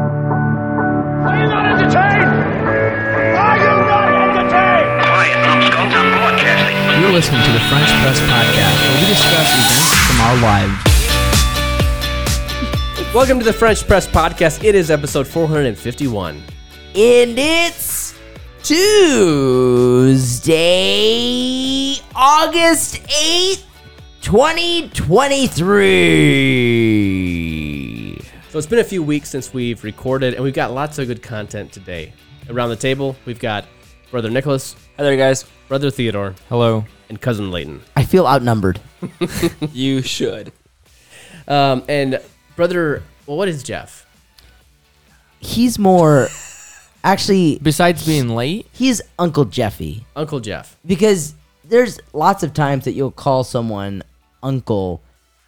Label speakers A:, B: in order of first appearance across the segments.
A: Are you not entertained? Are you not entertained?
B: Hi, I'm Scott. I'm broadcasting.
C: You're listening to the French Press Podcast, where we discuss events from our lives.
D: Welcome to the French Press Podcast. It is episode 451.
E: And it's Tuesday, August 8th, 2023.
D: So it's been a few weeks since we've recorded, and we've got lots of good content today. Around the table, we've got Brother Nicholas,
F: Hi there, guys.
D: Brother Theodore,
F: Hello.
D: and Cousin Layton.
E: I feel outnumbered.
F: You should.
D: Um, and Brother, well, what is Jeff?
E: He's more. Actually,
F: Besides being late,
E: he's Uncle Jeffy.
D: Uncle Jeff.
E: Because there's lots of times that you'll call someone uncle,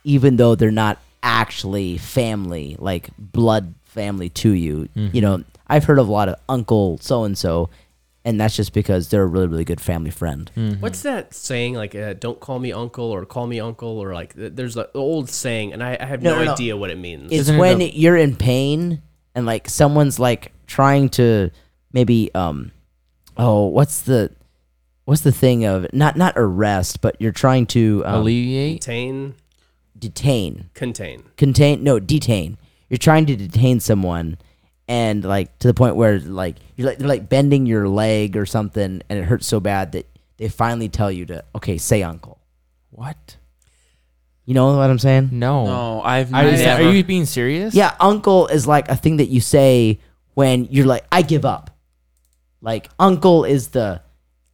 E: even though they're not actually family, like blood family to you.
F: Mm-hmm.
E: You know, I've heard of a lot of uncle so and so, and that's just because they're a really, really good family friend.
F: Hmm. Mm-hmm.
D: What's that saying? Like, uh, don't call me uncle or call me uncle, or like, th- there's an old saying, and I, I have no,
E: No, no, no.
D: idea what it means.
E: It's
F: Isn't it
E: when
F: the-
E: you're in pain and like someone's like trying to maybe um oh what's the what's the thing of not not arrest but you're trying to um,
F: alleviate.
D: Contain,
E: detain
D: contain.
E: contain no detain you're trying to detain someone and like to the point where like you're like they're like bending your leg or something and it hurts so bad that they finally tell you to okay say uncle
F: What?
E: you know what i'm
D: Hmm.
E: saying
F: No.
G: No, I've
F: Are, is that-
G: never.
F: are you being serious?
E: yeah uncle is like a thing that you say when you're like i give up like uncle is the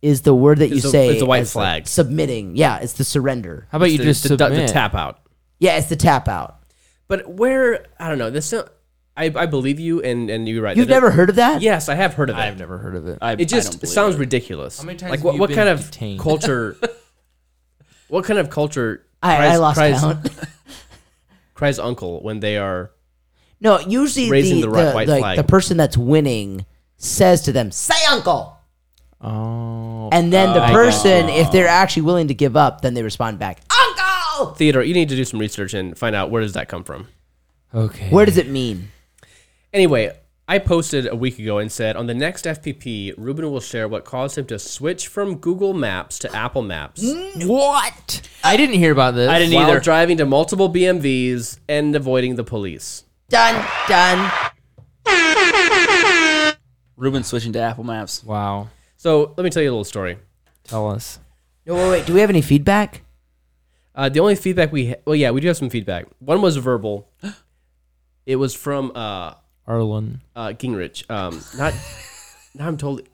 E: is the word that you
D: It's a-
E: say
D: it's a white
E: as, like,
D: flag.
E: submitting yeah it's the surrender
F: How about you
D: The-
F: just
D: the, the,
F: submit?
D: tap out.
E: yeah it's the tap out
D: But where, I don't know, this, I, I believe you, and, and you're right.
E: you've
D: That-
E: never heard of that
D: Yes, I have heard of it.
F: I've never heard of it.
G: I,
D: It
G: I don't
D: just
G: believe
D: sounds
G: it.
D: ridiculous.
F: many times
D: like
F: have
D: what,
F: you
D: what
F: been
D: kind of
F: detained?
D: culture? what kind of culture?
E: I, I
D: cries-
E: lost
D: cries,
E: count.
D: Cries uncle when they are
E: No, usually
D: Raising
E: the,
D: the ri-
E: the-
D: white
E: like,
D: flag.
E: the person that's winning says to them, "Say uncle,"
F: Oh.
E: and then the person, if they're actually willing to give up, then they respond back, "Uncle."
D: Theodore. You need to do some research and find out where does that come from.
F: Okay.
E: What does it mean?
D: Anyway, I posted a week ago and said on the next FPP, Ruben will share what caused him to switch from Google Maps to Apple Maps
E: What?
F: I didn't hear about this.
G: I didn't
D: while
G: either.
D: driving to multiple BMVs and avoiding the police.
E: Done. Done.
G: Ruben switching to Apple Maps.
F: Wow.
D: So let me tell you a little story.
F: Tell us.
E: No, wait, wait. Do we have any feedback?
D: Uh, the only feedback we ha- well, yeah, we do have some feedback. One was verbal. It was from uh,
F: Arlen.
D: uh, Gingrich. Um, not now I'm totally.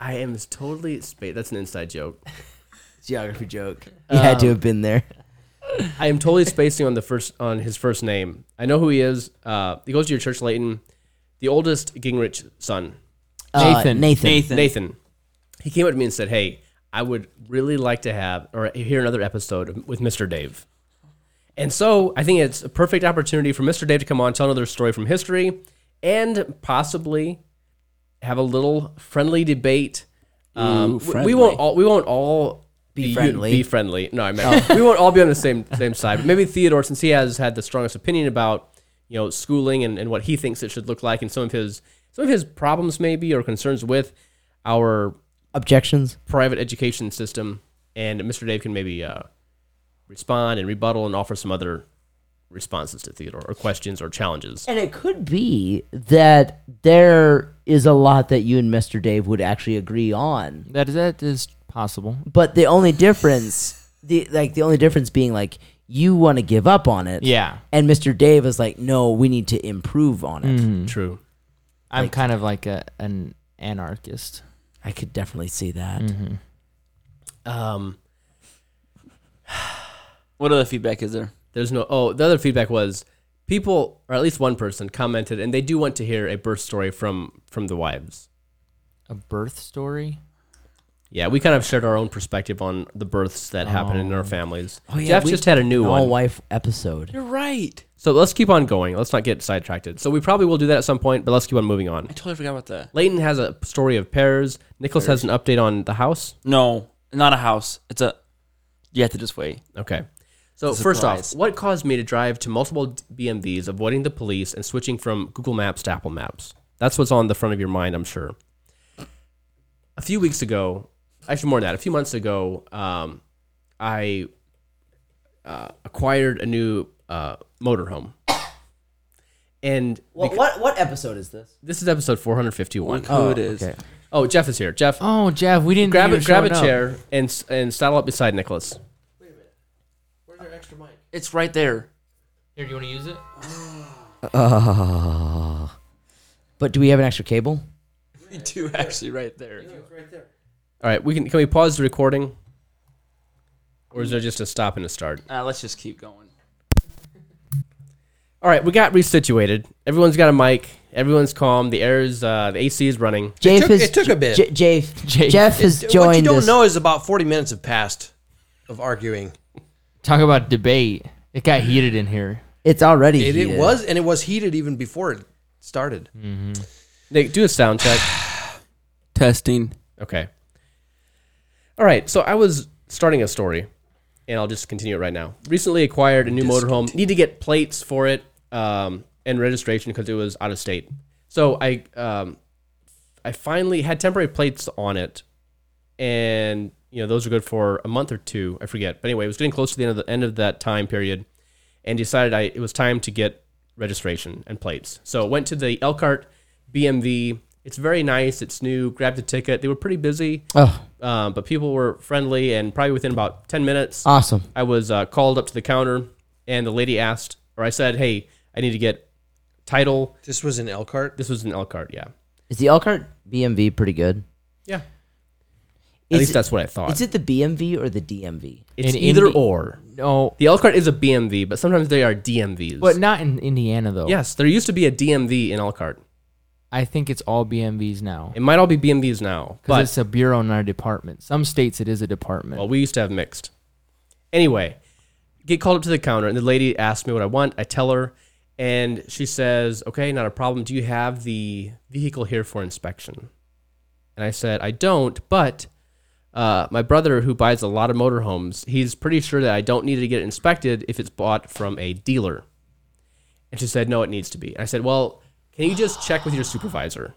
D: I am totally spaced. That's an inside joke.
E: Geography joke. You had to have been there.
D: I am totally spacing on the first on his first name. I know who he is. Uh, he goes to your church, Leighton. The oldest Gingrich son,
E: Uh,
F: Nathan.
E: Nathan.
G: Nathan.
D: Nathan. He came up to me and said, "Hey, I would really like to have or hear another episode with Mr. Dave." And so I think it's a perfect opportunity for Mr. Dave to come on, tell another story from history, and possibly have a little friendly debate. Um,
G: Ooh,
D: w-
G: friendly.
D: We won't all we won't all be, u-
E: friendly.
D: Be friendly. Oh. No, I meant we won't all be on the same same side. But maybe Theodore, since he has had the strongest opinion about you know schooling and, and what he thinks it should look like, and some of his some of his problems maybe or concerns with our
E: Objections.
D: private education system, and Mr. Dave can maybe uh, respond and rebuttal and offer some other responses to Theodore or questions or challenges.
E: And it could be that there is a lot that you and Mr. Dave would actually agree on.
F: That that is possible.
E: but the only difference the like the only difference being like you want to give up on it
F: Yeah.
E: and mr dave is like no we need to improve on it
D: True.
F: I'm kind of like a an anarchist.
E: i could definitely see that
D: Um,
G: What other feedback is there?
D: there's no. Oh, the other feedback was people, or at least one person, commented, and they do want to hear a birth story from from the wives.
F: A birth story.
D: Yeah, we kind of shared our own perspective on the births that happened in our families.
E: Oh, yeah,
D: Jeff
E: we-
D: just had a new one.
E: all wife episode
G: You're right.
D: So let's keep on going. Let's not get sidetracked. So we probably will do that at some point, but let's keep on moving on.
G: I totally forgot about that.
D: Leighton has a story of pears. Nicholas has an update on the house.
G: No, not a house. It's a You have to just wait.
D: Okay. So
G: a
D: first off,
G: surprise.
D: what caused me to drive to multiple BMVs, avoiding the police, and switching from Google Maps to Apple Maps? That's what's on the front of your mind, I'm sure. A few weeks ago, actually more than that, a few months ago, um, I uh, acquired a new uh, motorhome, and
E: What, what what episode is this?
D: this is episode 451.
G: Who it is?
E: okay.
D: Oh, Jeff is here. Jeff,
F: Oh, Jeff, we didn't
D: grab
F: think
D: a,
F: you were
D: grab a
F: showing up.
D: chair and s- and saddle up beside Nicholas.
G: It's right there.
F: Here, do you want to use it?
E: But do we have an extra cable?
G: You do actually right there.
D: All right, we can can we pause the recording, or is there just a stop and a start?
G: Uh, let's just keep going.
D: All right, we got resituated. Everyone's got a mic. Everyone's calm. The air is uh, the AC is running.
E: Jafe
H: took-
E: is,
H: it took a bit.
E: J- Jafe, Jeff has joined
H: What you don't
E: us.
H: know is about 40 minutes have passed of arguing.
F: Talk about debate. It got heated in here.
E: It's already.
H: It,
E: heated.
H: it was, and it was heated even before it started.
D: Nick, do a sound check.
G: Testing.
D: Okay. All right, so I was starting a story, and I'll just continue it right now. Recently acquired a new motorhome. Need to get plates for it um, and registration because it was out of state. So I um, I finally had temporary plates on it, and you know those are good for a month or two. I forget, but anyway, it was getting close to the end of the end of that time period, and decided I it was time to get registration and plates. So went to the Elkhart BMV. It's very nice. It's new. Grabbed a ticket. They were pretty busy,
E: Oh,
D: um, but people were friendly, and probably within about ten minutes,
E: awesome.
D: I was uh, called up to the counter, and the lady asked, or I said, "Hey, I need to get title."
H: This was in Elkhart.
D: This was in Elkhart, yeah,
E: Is the Elkhart BMV pretty good?
D: yeah. At
E: Is
D: least
E: it-
D: that's what I thought.
E: Is it the BMV or the DMV?
D: It's
F: In
D: either
F: Indi-
D: or.
F: No,
D: The Elkhart is a BMV, but sometimes they are DMVs.
F: but not in Indiana though.
D: yes, there used to be a DMV in Elkhart.
F: I think it's all BMVs now
D: It might all be BMVs now,
F: because
D: but Oh,
F: it's a bureau, not a department. Some states it is a department.
D: well, we used to have mixed. Anyway, get called up to the counter, and the lady asks me what I want. I tell her, and she says, "Okay, not a problem. Do you have the vehicle here for inspection?" And I said, "I don't, but." Uh, my brother, who buys a lot of motorhomes, he's pretty sure that I don't need to get it inspected if it's bought from a dealer. And she said, No, it needs to be. I said, Well, can you just check with your supervisor?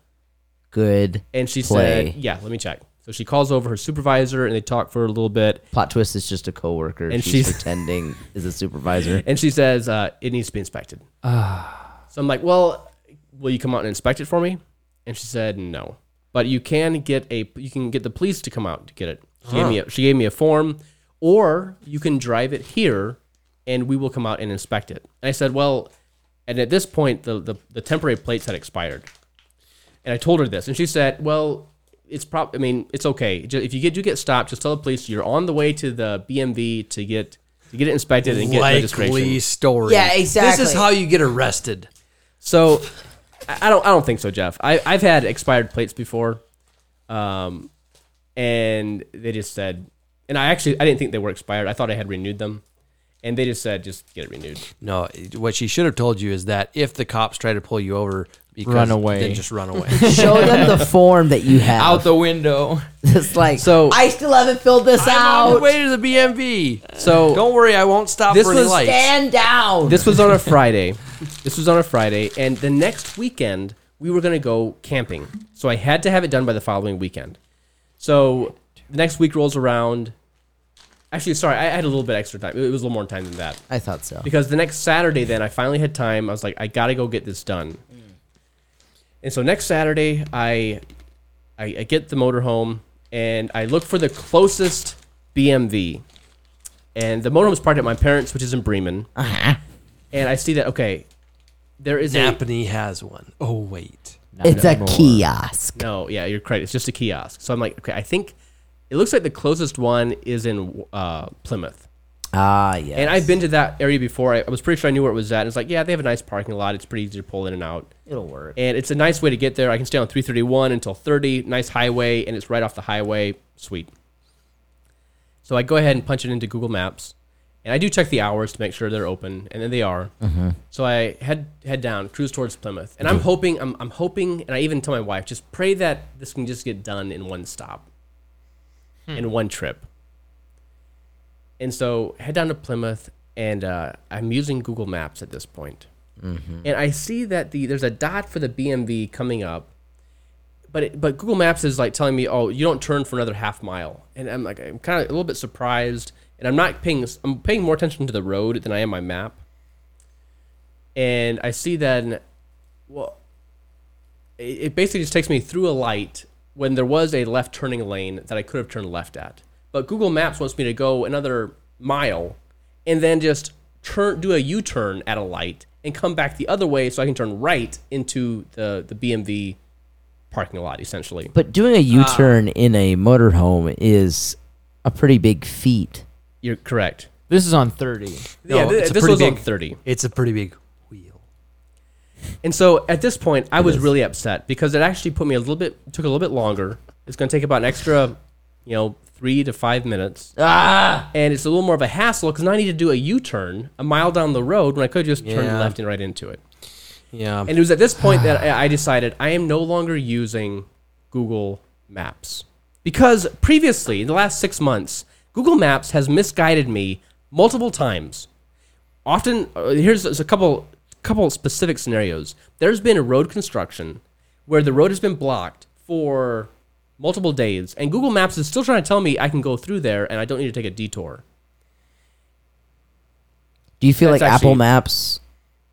E: Good.
D: And she
E: Play.
D: said, Yeah, let me check. So she calls over her supervisor and they talk for a little bit.
E: Plot twist is just a coworker.
D: And
E: And
D: she's-
E: she's, pretending is a supervisor.
D: And she says, uh, It needs to be inspected. so I'm like, Well, will you come out and inspect it for me? And she said, No. But you can get a you can get the police to come out to get it. She gave me a, she gave me a form, or you can drive it here, and we will come out and inspect it. And I said, well, and at this point the the, the temporary plates had expired, and I told her this, and she said, well, it's prob I mean it's okay. Ju- If you get do get stopped, just tell the police you're on the way to the BMV to get to get it inspected and get
H: Likely
D: registration.
H: story.
E: Yeah, exactly.
H: This is how you get arrested.
D: So I I don't I don't think so, Jeff. I, I've had expired plates before. Um and they just said and I actually I didn't think they were expired. I thought I had renewed them. And they just said just get it renewed.
H: No, it- what she should have told you is that if the cops try to pull you over, because
F: Run away.
H: then just run away.
E: Show them the form that you have.
F: out the window.
E: It's like
D: So-
E: I still haven't filled this
H: I'm on the
E: out.
H: way to the BMV.
D: So
H: Don't worry, I won't stop
D: This
H: for any
D: was
H: lights.
E: Stand down.
D: this was on a Friday. This was on a Friday, and the next weekend we were gonna go camping. So I had to have it done by the following weekend. So the next week rolls around. Actually, sorry, I had a little bit extra time. It was a little more time than that.
E: I thought so.
D: because the next Saturday, then I finally had time. I was like, I gotta go get this done. And so next Saturday, I, I, I get the motorhome and I look for the closest BMV, and the motorhome's parked at my parents, which is in Bremen. And I see that okay, there is a
H: Napanee has one. Oh wait.
E: It's a kiosk.
D: no, yeah, you're correct. It's just a kiosk. So I'm like, okay, I think it looks like the closest one is in uh, Plymouth.
E: Ah, yes.
D: And I've been to that area before. I, I was pretty sure I knew where it was at. It's like, yeah, they have a nice parking lot. It's pretty easy to pull in and out.
E: It'll work.
D: And it's a nice way to get there. I can stay on 331 until 30. Nice highway, and it's right off the highway. Sweet. So I go ahead and punch it into Google Maps, and I do check the hours to make sure they're open, and then they are. So I head head down, cruise towards Plymouth, and I'm hoping, I'm, I'm hoping, and I even tell my wife, just pray that this can just get done in one stop, in one trip. And so head down to Plymouth, and uh, I'm using Google Maps at this point. And I see that the there's a dot for the BMV coming up, but it, but Google Maps is like telling me, oh, you don't turn for another half mile, and I'm like I'm kind of a little bit surprised, and I'm not paying I'm paying more attention to the road than I am my map. And I see then, well, it, it basically just takes me through a light when there was a left turning lane that I could have turned left at. But Google Maps wants me to go another mile and then just turn do a U-turn at a light and come back the other way so I can turn right into the the BMV parking lot essentially.
E: But doing a U
D: Ah.
E: turn in a motorhome is a pretty big feat.
D: You're correct.
F: This is on 30.
D: yeah,
H: No,
D: th-
H: it's a
D: this
H: pretty
D: was on
H: big-
D: 30.
H: It's a pretty big wheel.
D: And so at this point, I was really upset because it actually put me a little bit, took a little bit longer. It's going to take about an extra, you know, three to five minutes. Ah! And it's a little more of a hassle because now I need to do a U turn a mile down the road when I could just turn
H: Yeah.
D: left and right into it.
H: Yeah.
D: And it was at this point that I I decided I am no longer using Google Maps because previously, in the last six months, Google Maps has misguided me multiple times. Often, uh, here's there's a couple couple specific scenarios. There's been a road construction where the road has been blocked for multiple days, and Google Maps is still trying to tell me I can go through there and I don't need to take a detour.
E: Do you feel
D: That's
E: like
D: actually-
E: Apple Maps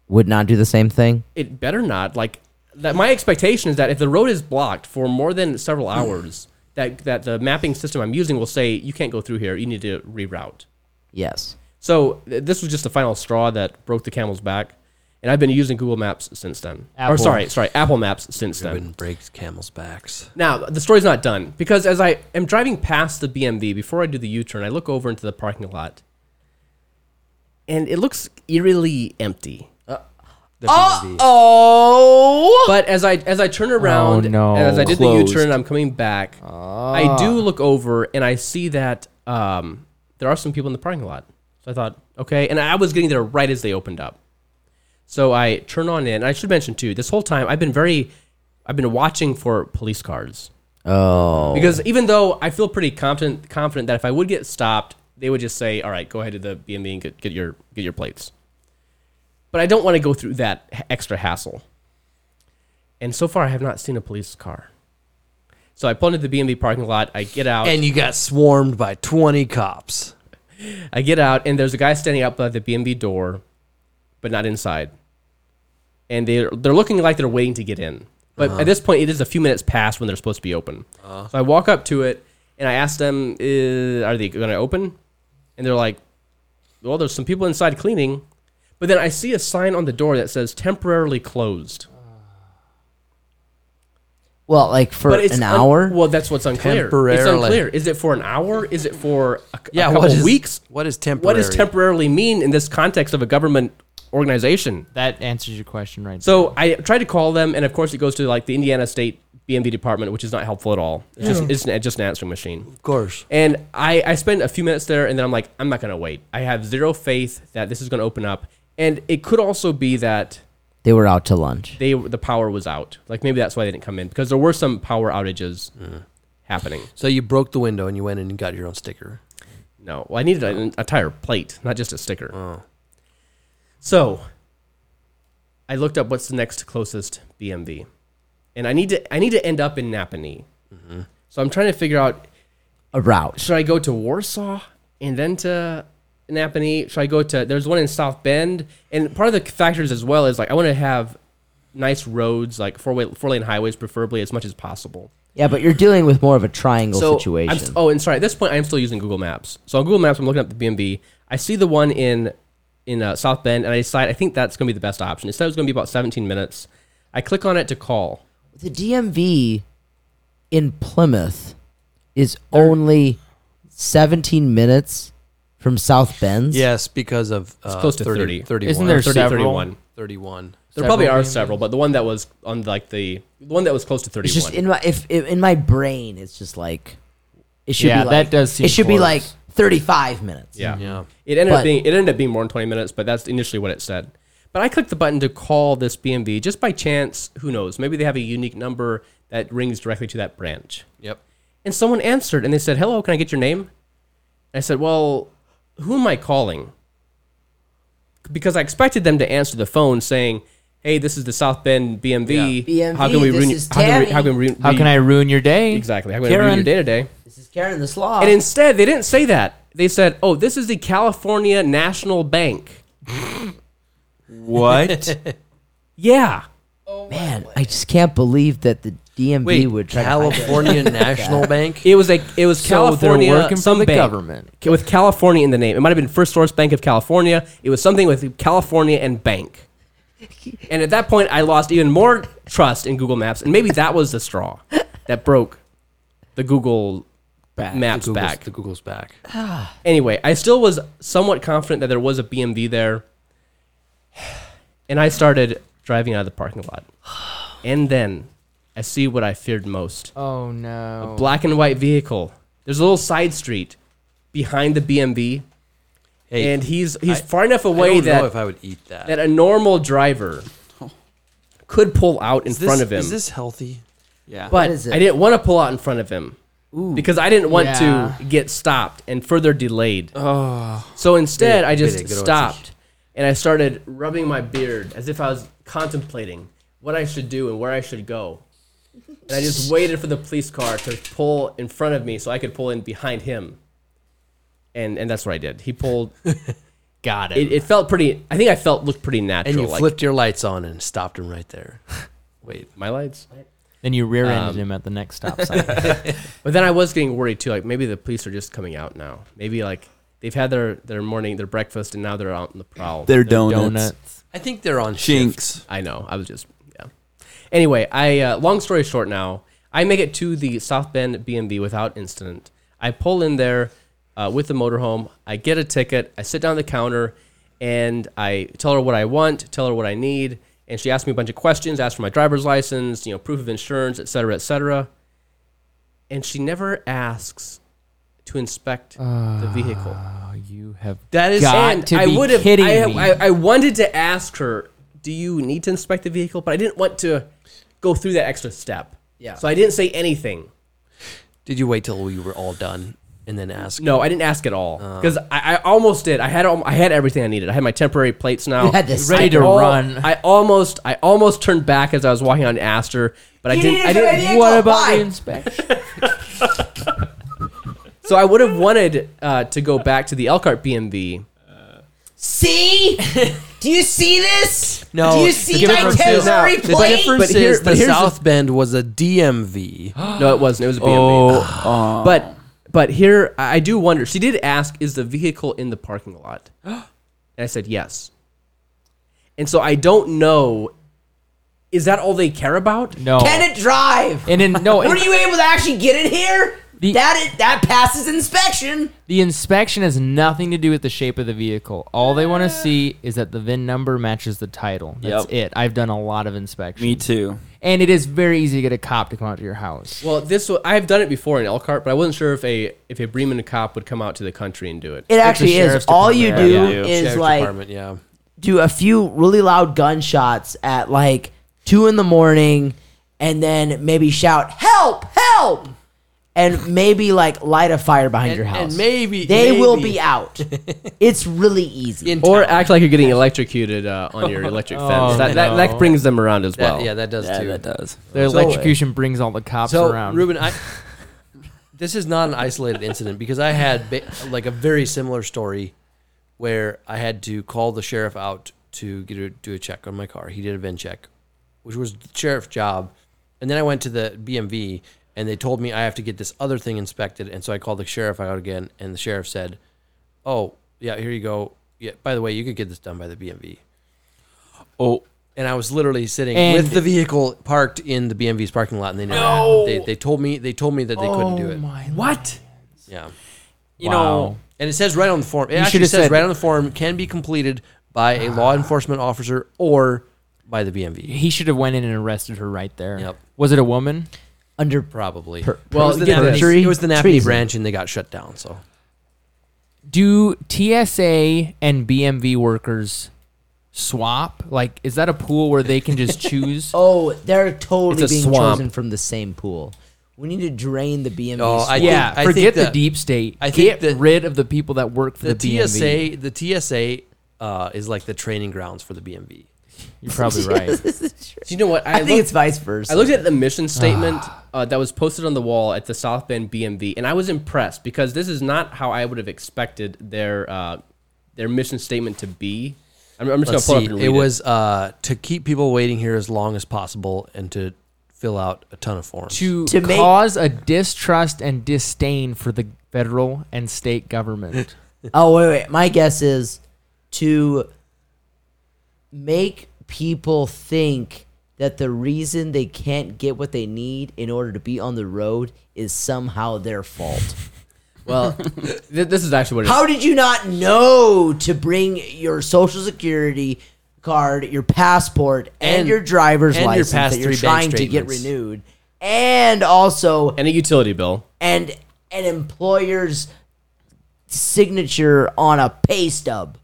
E: would not do the same thing?
D: it better not like that my expectation is that if the road is blocked for more than several hours that that the mapping system i'm using will say you can't go through here you need to reroute
E: Yes.
D: so th- this was just the final straw that broke the camel's back and i've been using google maps since then or
F: Apple.
D: sorry sorry apple maps since then
H: Ribbon breaks camel's backs.
D: now, the story's not done because as I am driving past the BMV, before I do the U turn, I look over into the parking lot and it looks eerily empty. oh! Uh, But as I as I turn around,
F: Oh, no. Ah.
D: and as I did
G: Closed.
D: the U turn, I'm coming back. I do look over and I see that um, there are some people in the parking lot. So I thought, okay, and I was getting there right as they opened up. So I turn on in. I should mention too, this whole time I've been very, I've been watching for police cars.
E: Oh.
D: Because even though I feel pretty confident, confident that if I would get stopped, they would just say, "All right, go ahead to the BMV and get, get your get your plates." But I don't want to go through that h- extra hassle. And so far, I have not seen a police car. So I pull into the BMV parking lot. I get out.
H: And you got swarmed by 20 cops.
D: I get out, and there's a guy standing out by the BMV door, but not inside. And they're they're looking like they're waiting to get in. But
H: Uh-huh.
D: at this point, it is a few minutes past when they're supposed to be open. So I walk up to it and I ask them, "Is- "Are they going to open?" And they're like, "Well, there's some people inside cleaning." But then I see a sign on the door that says "temporarily closed."
E: Well, like for
D: But it's
E: an
D: un-
E: hour?
D: well, that's what's unclear. It's
H: Temporarily.
D: unclear. Is it for an hour? Is it for a, c- a
H: Yeah,
D: couple
H: what is-
D: weeks?
H: what is
D: What does
H: temporary?
D: temporarily mean in this context of a government organization?
F: That answers your question right
D: So I tried to call them, and of course it goes to like the Indiana State BMV department, which is not helpful at all. It's just it's an- just an answering machine.
H: Of course.
D: And I I spent a few minutes there, and then I'm like, I'm not gonna wait. I have zero faith that this is gonna open up, and it could also be that
E: they were out to lunch.
D: they the power was out. Like maybe that's why they didn't come in because there were some power outages happening.
H: So you broke the window and you went in and got your own sticker.
D: No, well, I needed an entire plate, not just a sticker. So I looked up what's the next closest BMV, and I need to I need to end up in Napanee. So I'm trying to figure out:
E: A route.
D: should I go to Warsaw and then to Napanee? Should I go to? There's one in South Bend, and part of the factors as well is like I want to have nice roads, like four way four lane highways, preferably as much as possible.
E: Yeah, but you're dealing with more of a triangle
D: So, I'm
E: situation.
D: st- oh, and sorry. At this point, I'm still using Google Maps. So on Google Maps, I'm looking up the BMB. I see the one in in uh, South Bend, and I decide I think that's going to be the best option. It said it was going to be about 17 minutes. I click on it to call.
E: the DMV in Plymouth is only 17 minutes from South Bend's.
H: Yes, because of uh,
D: close to 30.
H: 31.
F: Isn't there
D: Thirty,
F: several?
D: 31.
H: 31.
D: There probably are
F: BMVs?
D: several, but the one that was on like the the one that was close to 31.
E: It's just in my if, if in my brain it's just like it should
F: Yeah,
E: be like,
F: that does seem
E: it should be
F: close.
E: like 35 minutes.
D: yeah.
H: Yeah.
D: It ended up
E: But-
D: being it ended up being more than 20 minutes, but that's initially what it said. But I clicked the button to call this BMV just by chance. Who knows? Maybe they have a unique number that rings directly to that branch.
H: Yep.
D: And someone answered and they said, Hello, can I get your name? I said, Well, who am I calling? Because I expected them to answer the phone saying, "Hey, this is the South Bend BMV.
E: Yeah.
D: how can we
E: BMV,
D: ruin?
E: this
D: your- How can we?
E: is
D: How can, we,
F: How can I ruin your day?
D: exactly? How can I ruin your
E: Karen.
D: day today?
E: This is Karen the sloth.
D: And instead, they didn't say that. They said, "Oh, this is the California National Bank."
G: What?
D: Yeah,
E: Man, I just can't believe that the DMV
H: Wait,
E: would try
H: California National Bank?
D: it was a it was
F: So they're
D: California
F: working for
D: some
F: the
D: bank.
F: government.
D: Ca- with California in the name. It might have been First Source Bank of California. It was something with California and bank. And at that point, I lost even more trust in Google Maps, and maybe that was the straw that broke the Google Maps
H: the Google's,
D: back.
H: The Google's back.
D: Anyway, I still was somewhat confident that there was a BMV there, and I started driving out of the parking lot. And then I see what I feared most
F: Oh no.
D: black and white vehicle. There's a little side street behind the BMV,
H: Hey,
D: and he's he's far enough away
H: I don't know
D: that
H: if I would eat that.
D: that a normal driver could pull out in
H: Is this-
D: front of him.
H: Is this healthy?
G: yeah.
D: but
E: is it?
D: I didn't want to pull out in front of him because I didn't want
F: Yeah.
D: to get stopped and further delayed. Oh. So instead, I
H: Very
D: just
H: good.
D: stopped and I started rubbing my beard as if I was contemplating what I should do and where I should go. And I just waited for the police car to pull in front of me so I could pull in behind him. And and that's what I did. He pulled.
C: Got
D: It, it felt pretty. I think I felt looked pretty natural.
H: And you
D: like,
H: flipped your lights on and stopped him right there.
D: Wait, my lights.
F: Then you rear-ended him at the next stop sign.
D: But then I was getting worried too. Like maybe the police are just coming out now. Maybe like they've had their their morning, their breakfast, and now they're out on the prowl.
G: They're donuts.
F: Donuts.
H: I think they're on shift.
G: Jinx.
D: I know. I was just yeah. Anyway, I uh, long story short. Now I make it to the South Bend BMV without incident. I pull in there uh, with the motorhome. I get a ticket. I sit down at the counter, and I tell her what I want, tell her what I need, and she asks me a bunch of questions. Asks for my driver's license, you know, proof of insurance, et cetera, et cetera. And she never asks to inspect the vehicle.
F: Oh, you have
D: That is,
F: got
D: and
F: to
D: I
F: be
D: would have.
F: kidding
D: I,
F: me.
D: I, I wanted to ask her, "Do you need to inspect the vehicle?" But I didn't want to go through that extra step.
E: Yeah.
D: So I didn't say anything.
H: Did you wait till we were all done and then ask?
D: No, I didn't ask at all because I, I almost did. I had al- I had everything I needed. I had my temporary plates now.
E: had this
D: I
F: ready to
D: al-
F: run.
D: I almost I almost turned back as I was walking on and asked her, but I didn't. I didn't.
F: What about the inspection?
D: So I would have wanted uh, to go back to the Elkhart BMV.
E: See? Do you see this?
H: No,
E: Do you
H: the
E: see my
H: difference is-
E: temporary
H: The
E: plate?
H: difference
D: But here-
H: is
D: but
H: the
D: here's the-
H: South Bend was a DMV.
D: No, it wasn't. It was a BMV. Ah. But but here I I do wonder. She did ask, "Is the vehicle in the parking lot?" and I said yes. And so I don't know. Is that all they care about?
F: No.
E: Can it drive?
F: and then no,
E: Were
F: it-
E: you able to actually get it here?
F: The-
E: that it, that passes inspection.
F: the inspection has nothing to do with the shape of the vehicle. All they want to see is that the VIN number matches the title. That's it. I've done a lot of inspections.
G: Me too.
F: And it is very easy to get a cop to come out to your house.
D: Well, this wa- I've done it before in Elkhart, but I wasn't sure if a if a Bremen cop would come out to the country and do it.
E: It actually is.
F: sheriff's
E: All you do
F: department.
G: Yeah.
E: is
H: Sheriff's
E: like
H: department, yeah.
E: do a few really loud gunshots at like two in the morning, and then maybe shout "Help! Help!" and maybe like light a fire behind your
H: and
E: house.
H: maybe-
E: they will
H: maybe.
E: be out. it's really easy. Oh,
H: In
D: Or
H: town.
D: act like you're getting electrocuted uh, on your electric fence. that, that, that brings them around as
H: That-
D: well.
H: Oh. yeah, that does
G: Yeah,
H: too.
G: that does.
F: The electrocution brings all the cops
H: So,
F: around.
H: Ruben, I this is not an isolated incident because I had ba- like a very similar story where I had to call the sheriff out to get a, do a check on my car. He did a VIN check, which was the sheriff's job, and then I went to the BMV and they told me I have to get this other thing inspected, and so I called the sheriff out again, and the sheriff said, "Oh, yeah, here you go. Yeah, by the way, you could get this done by the BMV."
G: Oh,
H: and I was literally sitting
F: And-
H: with the vehicle parked in the BMV's parking lot, and they never they, they told me they told me that they couldn't do it.
D: What?
H: Yeah,
G: you know,
F: Wow.
H: and it says right on the form. It actually
F: should've
H: says
F: said- Ah.
H: right on the form can be completed by a law enforcement officer or by the BMV.
F: he should have went in and arrested her right there.
H: Yep.
F: Was it a woman?
E: Under
H: Probably.
D: Well,
H: well, it was the
D: get
H: Napanee,
E: this.
H: it was the Napanee
E: Treason.
H: branch, and they got shut down. So
F: Do TSA and BMV workers swap? Like, is that a pool where they can just choose?
E: Oh, they're totally
D: It's a
E: being
D: swamp.
E: chosen from the same pool. We need to drain the BMV.
H: Oh, I
E: swamp.
H: think-
F: yeah,
H: I
F: forget
H: think
F: the,
H: the-
F: deep state.
H: I
F: Get
H: think the-
F: rid of the people that work for the,
H: The,
F: BMV.
H: TSA, the TSA uh, is like the training grounds for the BMV.
F: You're probably right.
E: This is true.
D: Do you know what?
E: I, think
D: looked-
E: it's vice versa.
D: I looked at the mission statement
H: Ah.
D: uh, that was posted on the wall at the South Bend BMV, and I was impressed because this is not how I would have expected their uh, their mission statement to be. I'm, I'm just
H: Let's
D: gonna
H: see.
D: pull it up and read
H: It was uh, to keep people waiting here as long as possible and to fill out a ton of forms.
F: to,
E: To make-
F: cause a distrust and disdain for the federal and state government.
E: Oh wait, wait. My guess is to make people think that the reason they can't get what they need in order to be on the road is somehow their fault.
D: Well, th- this is actually what it is.
E: How did you not know to bring your social security card, your passport, and,
H: And-
E: your driver's
H: and your
E: license
H: past
E: that you're
H: three
E: trying
H: bank
E: to get
H: statements.
E: renewed, and also
D: and a utility bill.
E: and an employer's signature on a pay stub?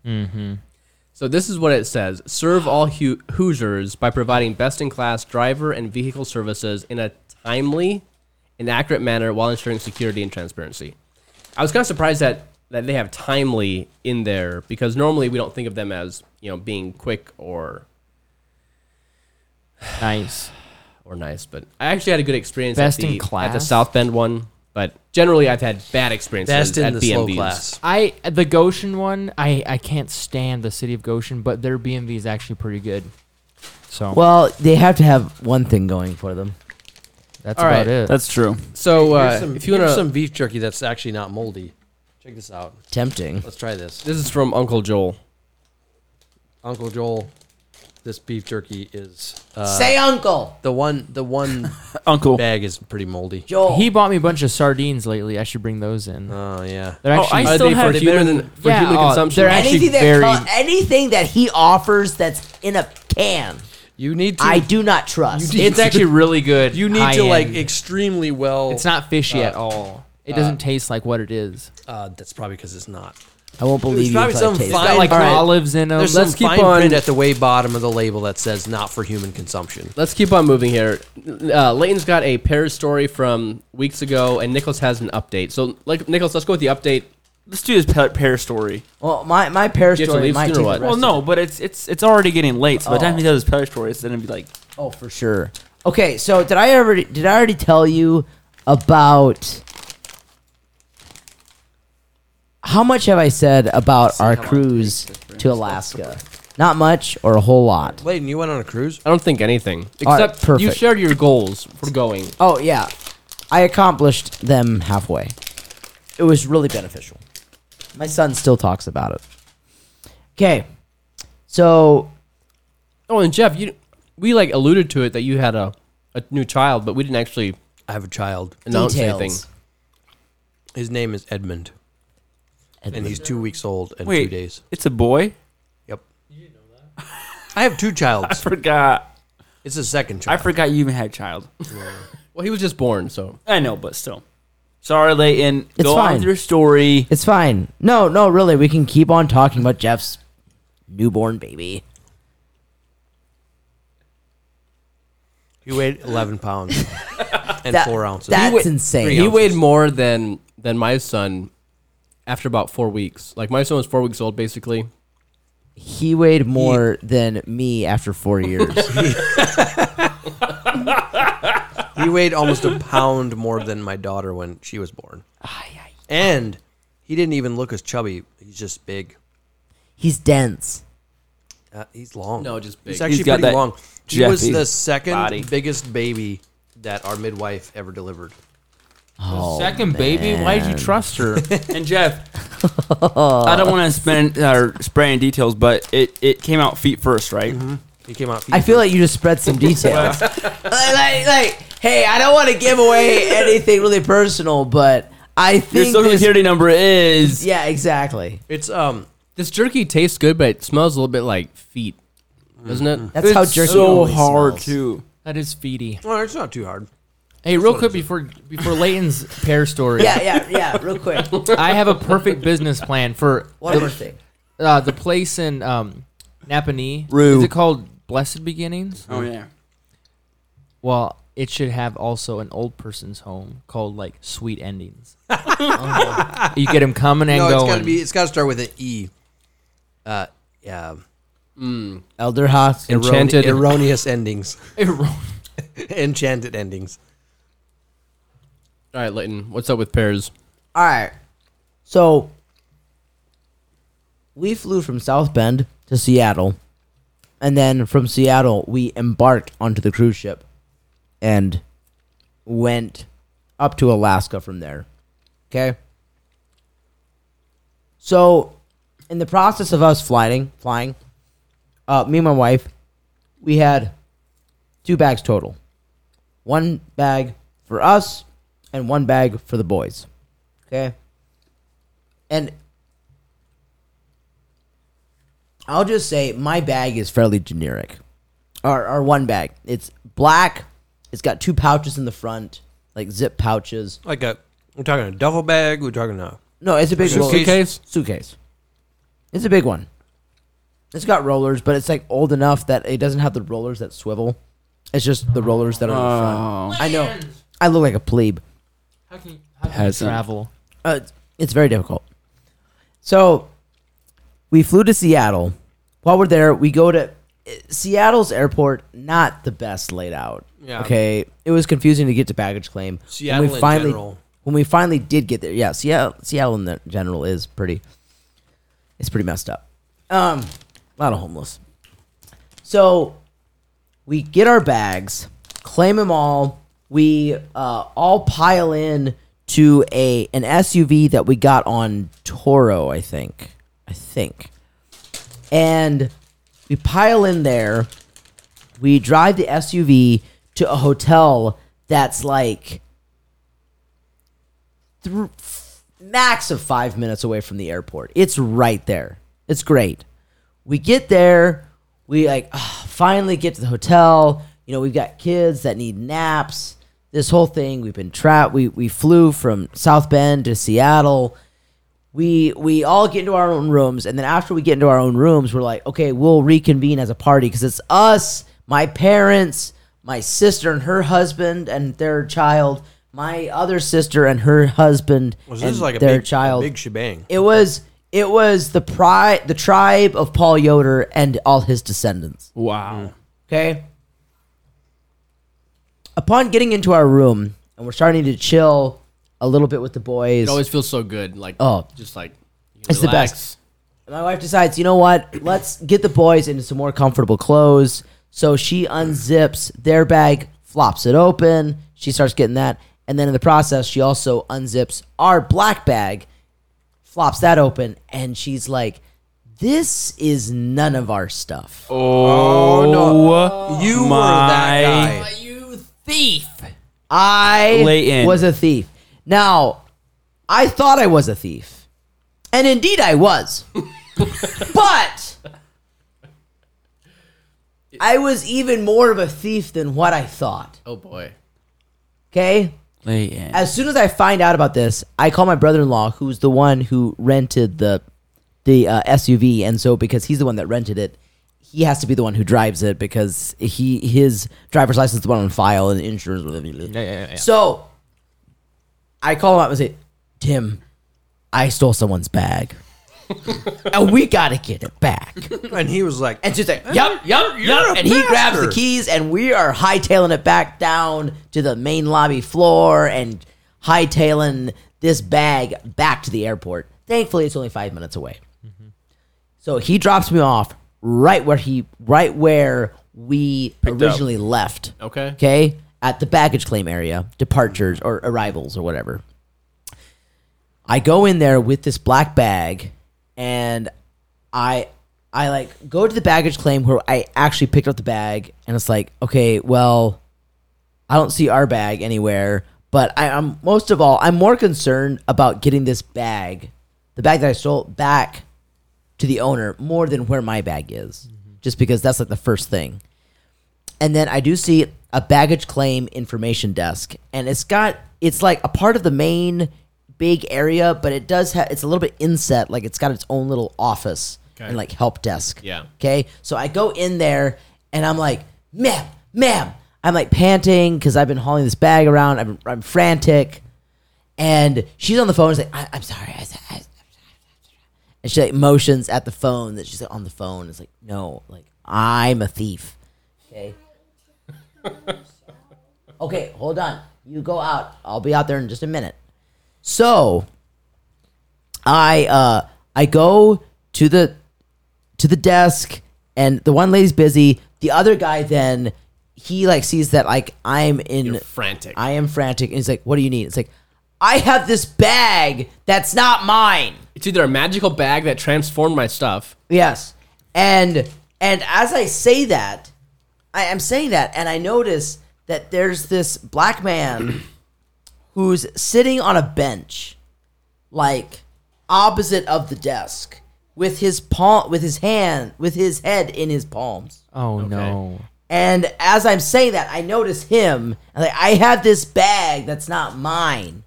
D: So this is what it says: serve all Hoo- Hoosiers by providing best-in-class driver and vehicle services in a timely and accurate manner while ensuring security and transparency. I was kind of surprised that that they have timely in there because normally we don't think of them as you know being quick or
F: Nice.
D: or nice. But I actually had a good experience
F: Best
D: at, the,
F: in class?
D: at the South Bend one. But generally, I've had bad experiences
H: Best in
D: at
H: the
D: BMVs.
H: slow class.
F: I the Goshen one, I I can't stand the city of Goshen, but their BMV is actually pretty good. So
E: Well, they have to have one thing going for them.
F: that's
D: all
F: about
D: right.
F: it.
G: That's true.
D: So uh,
H: Here's some,
D: if you want
H: here's
D: to,
H: some beef jerky that's actually not moldy, check this out.
E: Tempting.
H: Let's try this.
D: this is from Uncle Joel.
H: Uncle Joel, this beef jerky is uh,
E: Say uncle,
H: the one. The one
G: Uncle.
H: bag is pretty moldy.
E: Joel.
F: he bought me a bunch of sardines lately. I should bring those in.
H: Oh yeah.
F: They're
G: Oh,
F: actually
G: I
D: Are
G: still
D: they for
G: have
D: human,
G: human-
D: for
F: Yeah,
D: human
F: oh,
D: consumption?
F: they're actually
E: anything that
F: very-
E: co- anything that he offers that's in a can,
H: You need to.
E: I do not trust.
H: You need-
F: it's actually really good.
H: you need
F: high
H: to like
F: end.
H: extremely well.
F: It's not fishy at all. It doesn't taste like what it is.
H: Uh, that's probably because it's not.
E: I won't believe
H: There's
E: you.
H: probably
E: until I
H: some
E: taste it.
H: fine-
F: Got like
H: All right.
F: olives in them.
H: There's
F: Let's
H: some
F: keep
H: fine
F: on.
H: print at the way bottom of the label that says "not for human consumption."
D: Let's keep on moving here. Uh, Layton's got a Paris story from weeks ago, and Nichols has an update. So, like Nichols, let's go with the update.
G: Let's do this pa- pear story.
E: Well, my my pear
D: You have to
E: story
D: leave soon or
E: might take the
D: what?
E: rest
G: Well, no, but it's it's it's already getting late. So by the time he does his pear story, it's gonna be like
E: Oh, for sure. Okay, so did I ever did I already tell you about how much have I said about our cruise to Alaska? Not much or a whole lot.
H: Clayton, you went on a cruise.
D: I don't think anything
E: All right,
D: except you
E: perfect.
D: shared your goals for going.
E: Oh yeah, I accomplished them halfway. It was really beneficial. My son still talks about it. Okay, so
D: Oh, and Jeff, you we like alluded to it that you had a, a new child, but we didn't actually
H: I have a child.
D: announce
E: Details.
D: anything.
H: His name is Edmund, and he's two weeks old and
G: wait,
H: two days.
G: it's a boy.
H: Yep. You know that. I have two
G: I
H: childs.
G: forgot.
H: It's a second
G: I
H: child.
G: forgot you even had a child.
D: Well, he was just born, so
G: I know, but still. Sorry, Layton. Go on
E: fine.
G: with your story.
E: It's fine. No, no, really, we can keep on talking about Jeff's newborn baby.
H: he weighed 11 pounds and
E: That-
H: four ounces.
E: That's
D: weigh-
E: insane.
D: he weighed more than than my son after about four weeks. Like my son was four weeks old, basically.
E: He weighed more than me after four years.
H: He weighed almost a pound more than my daughter when she was born. And he didn't even look as chubby. He's just big.
E: He's dense.
H: Uh, he's long.
D: No, just big.
H: He's actually
G: He's got
H: pretty
G: that
H: long. He was
G: Jeffy
H: the second
G: body.
H: biggest baby that our midwife ever delivered.
F: Second baby, why did you trust her?
G: And Jeff, I don't want to spend or spray in details, but it, it came out feet first, right?
H: He came out.
E: I feel like you just spread some details. like, like, like, hey, I don't want to give away anything really personal, but I
G: Your
E: think
G: social
E: this-
G: security number is
E: yeah, exactly.
H: it's um.
D: This jerky tastes good, but it smells a little bit like feet, doesn't it?
E: That's how jerky
G: so
E: always
G: hard
E: smells.
G: too.
F: that is feedy.
H: Well, it's not too hard.
F: Hey, real quick before before Layton's pear story,
E: Yeah, yeah, yeah. Real quick,
F: I have a perfect business plan for
E: one more thing.
F: uh, the place in um, Napanee.
G: Rue.
F: Is it called Blessed Beginnings?
G: Oh yeah.
F: Well, it should have also an old person's home called like Sweet Endings. you get him coming and
H: No, it's
F: going.
H: got to be. It's got to start with an E. Uh, yeah.
E: Elder Hawks.
D: And Chan- Enchanted-
H: erroneous endings.
F: Erroneous.
H: Enchanted endings.
D: All right, Leighton, what's up with pears?
E: All right. So we flew from South Bend to Seattle, and then from Seattle we embarked onto the cruise ship and went up to Alaska from there. Okay. So, in the process of us flying, flying, uh, me and my wife, we had two bags total. One bag for us, and one bag for the boys. Okay. And I'll just say my bag is fairly generic. Or, or one bag. It's black. It's got two pouches in the front, like zip pouches.
H: Like a. We're talking a duffel bag. We're talking a.
E: No, it's a big roll-
H: Suitcase?
E: Suitcase. It's a big one. It's got rollers, but it's like old enough that it doesn't have the rollers that swivel. It's just the rollers that are in the front. I know. I look like a plebe.
F: How can you, how can you
G: Peasant.
F: travel?
E: Uh, it's- it's very difficult. So we flew to Seattle. While we're there, we go to Seattle's airport. Not the best laid out.
H: Yeah.
E: Okay. It was confusing to get to baggage claim. When
H: Seattle
E: we
H: in
E: finally,
H: general.
E: When we finally did get there, yeah, Seattle, Seattle in the general is pretty. It's pretty messed up. Um, a lot of homeless. So we get our bags, claim them all. We uh, all pile in to a an SUV that we got on Toro, I think. I think. And we pile in there. We drive the SUV to a hotel that's like thr max of five minutes away from the airport. It's right there. It's great. We get there. We like ah, finally get to the hotel. You know, we've got kids that need naps. This whole thing, we've been trapped. We we flew from South Bend to Seattle. We we all get into our own rooms, and then after we get into our own rooms, we're like, okay, we'll reconvene as a party because it's us, my parents, my sister and her husband and their child, my other sister and her husband
H: Was
E: and
H: this like a
E: their
H: big
E: child.
H: A big shebang.
E: It was it was the pri- the tribe of Paul Yoder and all his descendants.
D: Wow.
E: Okay. Upon getting into our room and we're starting to chill a little bit with the boys,
D: It always feels so good. Like,
E: Oh.
D: just like, you
E: It's the
D: relax.
E: best. my wife decides, you know what? Let's get the boys into some more comfortable clothes. So she unzips their bag, flops it open. She starts getting that, and then in the process, she also unzips our black bag, flops that open, and she's like, "This is none of our stuff."
G: Oh, no.
H: You were
G: My-
H: that guy.
F: You thief!
E: I
G: Leighton.
E: was a thief. Now, I thought I was a thief. And indeed I was. but I was even more of a thief than what I thought.
D: Oh, boy.
E: Okay?
G: Leighton.
E: As soon as I find out about this, I call my brother-in-law who's the one who rented the the uh, SUV and so because he's the one that rented it, he has to be the one who drives it because he his driver's license is the one on file and insurance
F: Yeah, yeah, yeah.
E: so I call him up and say, Tim, I stole someone's bag. and we gotta get it back.
H: And he was like,
E: And she's like, Yup, yup, yup. And he grabs the
H: bastard.
E: keys and we are hightailing it back down to the main lobby floor and hightailing this bag back to the airport. Thankfully it's only five minutes away. So he drops me off right where he right where we originally left.
D: Okay.
E: Okay. At the baggage claim area, departures or arrivals or whatever. I go in there with this black bag and I I like go to the baggage claim where I actually picked up the bag and it's like, okay, well, I don't see our bag anywhere, but I, I'm most of all, I'm more concerned about getting this bag, the bag that I stole back to the owner more than where my bag is. Just because that's like the first thing. And then I do see a baggage claim information desk, and it's got it's like a part of the main big area, but it does have it's a little bit inset, like it's got its own little office and like help desk.
D: Yeah.
E: Okay. So I go in there and I'm like, ma'am, ma'am, I'm like panting because I've been hauling this bag around. I'm, I'm frantic. And she's on the phone. She's like, I, I'm sorry. I, I, I, and she like motions at the phone that she's like, on the phone. It's like, no, like I'm a thief. Okay. okay, hold on. You go out. I'll be out there in just a minute. So I uh I go to the to the desk and the one lady's busy. The other guy then he like sees that like I'm in
D: You're frantic.
E: I am frantic and he's like, What do you need? It's like I have this bag that's not mine.
D: It's either a magical bag that transformed my stuff.
E: Yes. And and as I say that, I am saying that and I notice that there's this black man who's sitting on a bench like opposite of the desk with his palm with his hand with his head in his palms.
F: Oh no.
E: And as I'm saying that, I notice him. And like, I have this bag that's not mine.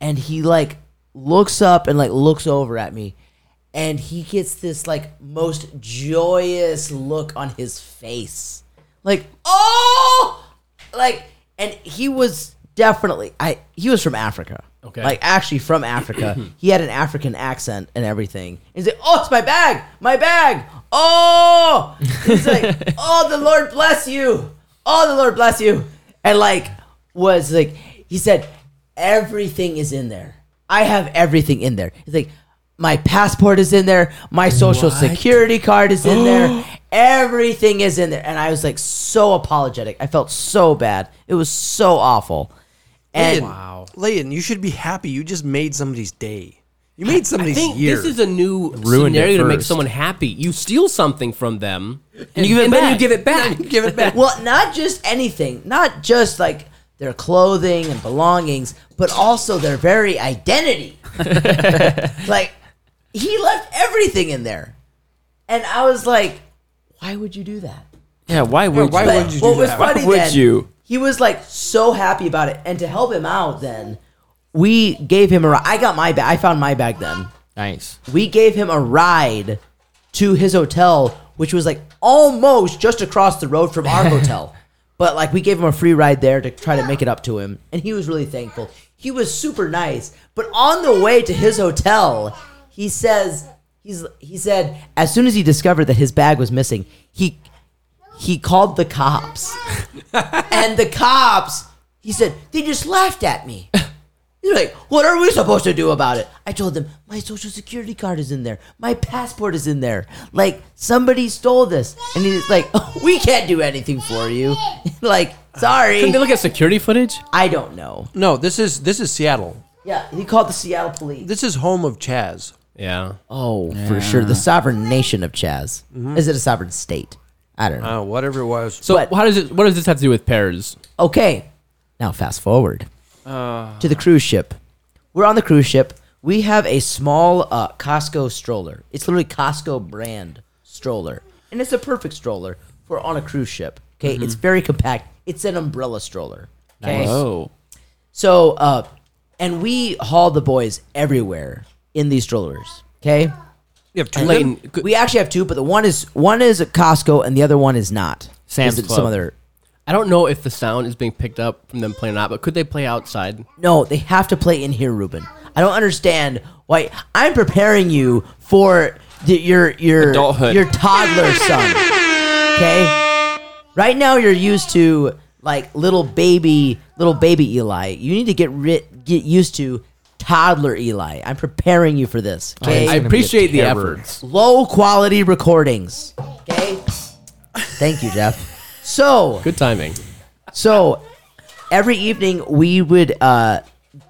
E: And he like looks up and like looks over at me. And he gets this like most joyous look on his face. Like, oh like and he was definitely I he was from Africa.
D: Okay.
E: Like actually from Africa. he had an African accent and everything. He's like, "Oh, it's my bag, my bag. Oh!" He's like, "Oh, the Lord bless you. Oh, the Lord bless you." And like was like he said, "Everything is in there. I have everything in there." He's like, "My passport is in there. My social security card is in there. Everything is in there." And I was like so apologetic. I felt so bad. It was so awful. And
H: wow. Layden, you should be happy. You just made somebody's day. You made somebody's
D: think
H: year.
D: this is a new
F: Ruined it
D: scenario to make
F: first.
D: someone happy. You steal something from them, and,
F: you give it
D: and then you
F: back.
D: give it back.
H: Give it back.
E: Well, not just anything, not just like their clothing and belongings, but also their very identity. like he left everything in there. And I was like, why would you do that?
G: Yeah, why would
H: why
G: you?
H: would you do
E: what was
H: that?
E: funny
G: Why would
E: then,
G: you?
E: he was like so happy about it. And to help him out then, we gave him a ride. I got my bag. I found my bag then.
F: Nice.
E: We gave him a ride to his hotel, which was like almost just across the road from our hotel. But like we gave him a free ride there to try to make it up to him, and he was really thankful. He was super nice. But on the way to his hotel, he says he's he said as soon as he discovered that his bag was missing, he he called the cops. and the cops, he said, they just laughed at me. They're like, what are we supposed to do about it? I told them, my social security card is in there. My passport is in there. Like, somebody stole this. And he's like, we can't do anything for you. like,
D: Can
E: sorry.
D: they look at security footage?
E: I don't know.
H: no, this is this is Seattle.
E: Yeah, he called the Seattle police.
H: This is home of Chaz.
D: Yeah.
E: Oh, for sure. The sovereign nation of Chaz. Is it a sovereign state? I don't know.
H: Oh, whatever it was.
D: So
E: But-
D: how does it? What does this have to do with pears?
E: Okay, now fast forward to the cruise ship. We're on the cruise ship. We have a small uh, Costco stroller. It's literally Costco brand stroller, and it's a perfect stroller for on a cruise ship. Okay,
F: Mm-hmm.
E: it's very compact. It's an umbrella stroller. Okay,
F: Oh.
E: so uh, and we haul the boys everywhere in these strollers. Okay,
H: You have two.
D: Layton, could-
E: we actually have two, but the one is one is at Costco and the other one is not.
F: Sam's
E: Is it Some
F: Club.
E: other.
D: I don't know if the sound is being picked up from them playing or not, but could they play outside?
E: No, they have to play in here, Ruben. I don't understand why I'm preparing you for the, your your
G: Adulthood.
E: your toddler son. Okay, right now you're used to like little baby little baby Eli. You need to get rid get used to toddler Eli. I'm preparing you for this.
D: I
E: Okay,
F: gonna be a
D: appreciate the
F: terror.
D: efforts.
E: low quality recordings. Okay, thank you, Jeff. So
D: Good timing.
E: so every evening we would uh,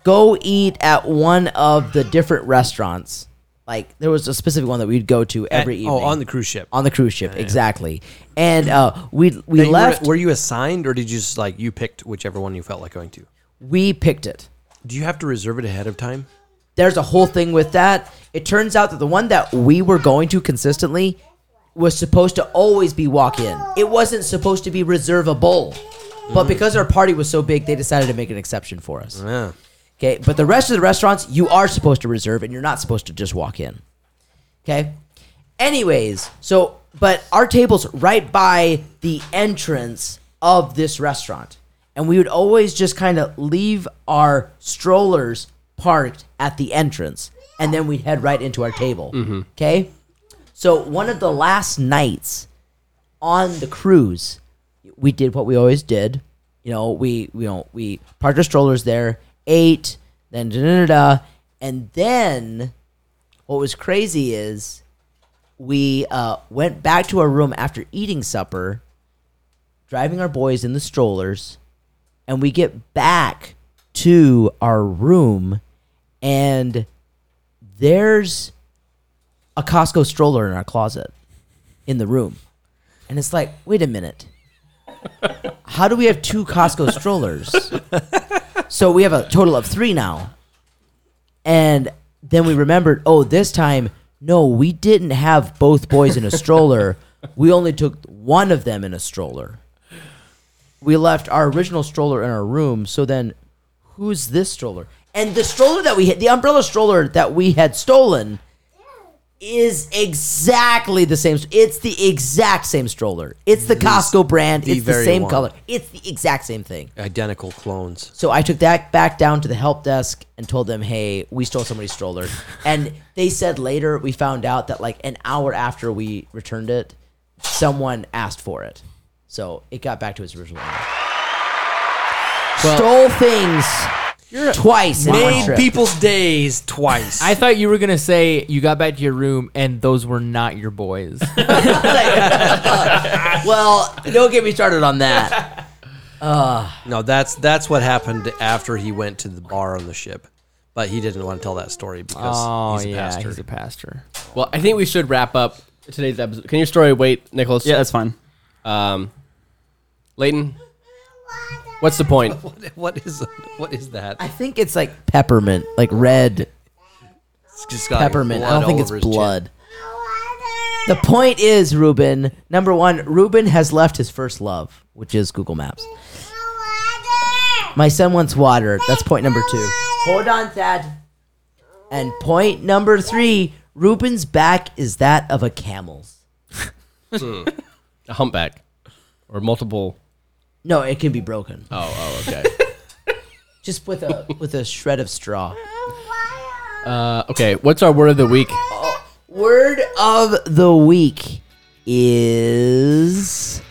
E: go eat at one of the different restaurants. Like there was a specific one that we'd go to every evening.
H: Oh, on the cruise ship.
E: on the cruise ship, exactly. And uh, we we
H: Now, you were-
E: left.
H: Were, you assigned, or did you just like you picked whichever one you felt like going to?
E: we picked it.
H: Do you have to reserve it ahead of time?
E: There's a whole thing with that. It turns out that the one that we were going to consistently was supposed to always be walk in. It wasn't supposed to be reservable.
H: Mm-hmm.
E: But because our party was so big, they decided to make an exception for us.
H: Yeah.
E: Okay, but the rest of the restaurants you are supposed to reserve and you're not supposed to just walk in. Okay? Anyways, so but our table's right by the entrance of this restaurant. And we would always just kind of leave our strollers parked at the entrance. And then we'd head right into our table. Okay? So one of the last nights on the cruise, we did what we always did. You know, we we you know, we parked our strollers there, ate, then da da da, da and then what was crazy is we uh, went back to our room after eating supper, driving our boys in the strollers, and we get back to our room, and there's a Costco stroller in our closet in the room. And it's like, wait a minute. How do we have two Costco strollers? so we have a total of three now. And then we remembered, oh, this time, no, we didn't have both boys in a stroller. we only took one of them in a stroller. We left our original stroller in our room. So then, who's this stroller? And the stroller that we hit, the umbrella stroller that we had stolen, is exactly the same. It's the exact same stroller. It's the Costco brand.
H: the
E: it's the
H: very
E: same
H: one.
E: color. It's the exact same thing.
H: Identical clones.
E: So I took that back down to the help desk and told them, "Hey, we stole somebody's stroller." and they said later we found out that like an hour after we returned it, someone asked for it. So it got back to its original owner. Stole things twice in one
H: Made
E: trip.
H: people's days twice.
F: I thought you were gonna say you got back to your room and those were not your boys.
E: Like, well, don't get me started on that.
H: no, that's that's what happened after he went to the bar on the ship, but he didn't want to tell that story because
F: oh
H: he's a
F: yeah,
H: pastor.
F: he's a pastor.
D: Well, I think we should wrap up today's episode. Can your story wait, Nicholas?
G: Yeah, that's fine.
D: Um, Leighton, what's the point?
H: what is what is that?
E: I think it's like peppermint, like red
H: It's just got
E: peppermint. I
H: blood
E: don't think
H: all
E: it's
H: over his chin.
E: blood. The point is, Ruben, number one, Ruben has left his first love, which is Google Maps. My son wants water. That's point number two. Hold on, Thad. And point number three, Ruben's back is that of a camel's.
D: A humpback or multiple?
E: No, it can be broken.
D: Oh, oh, okay.
E: Just with a with a shred of straw.
D: Uh, okay, what's our word of the week?
E: Word of the week is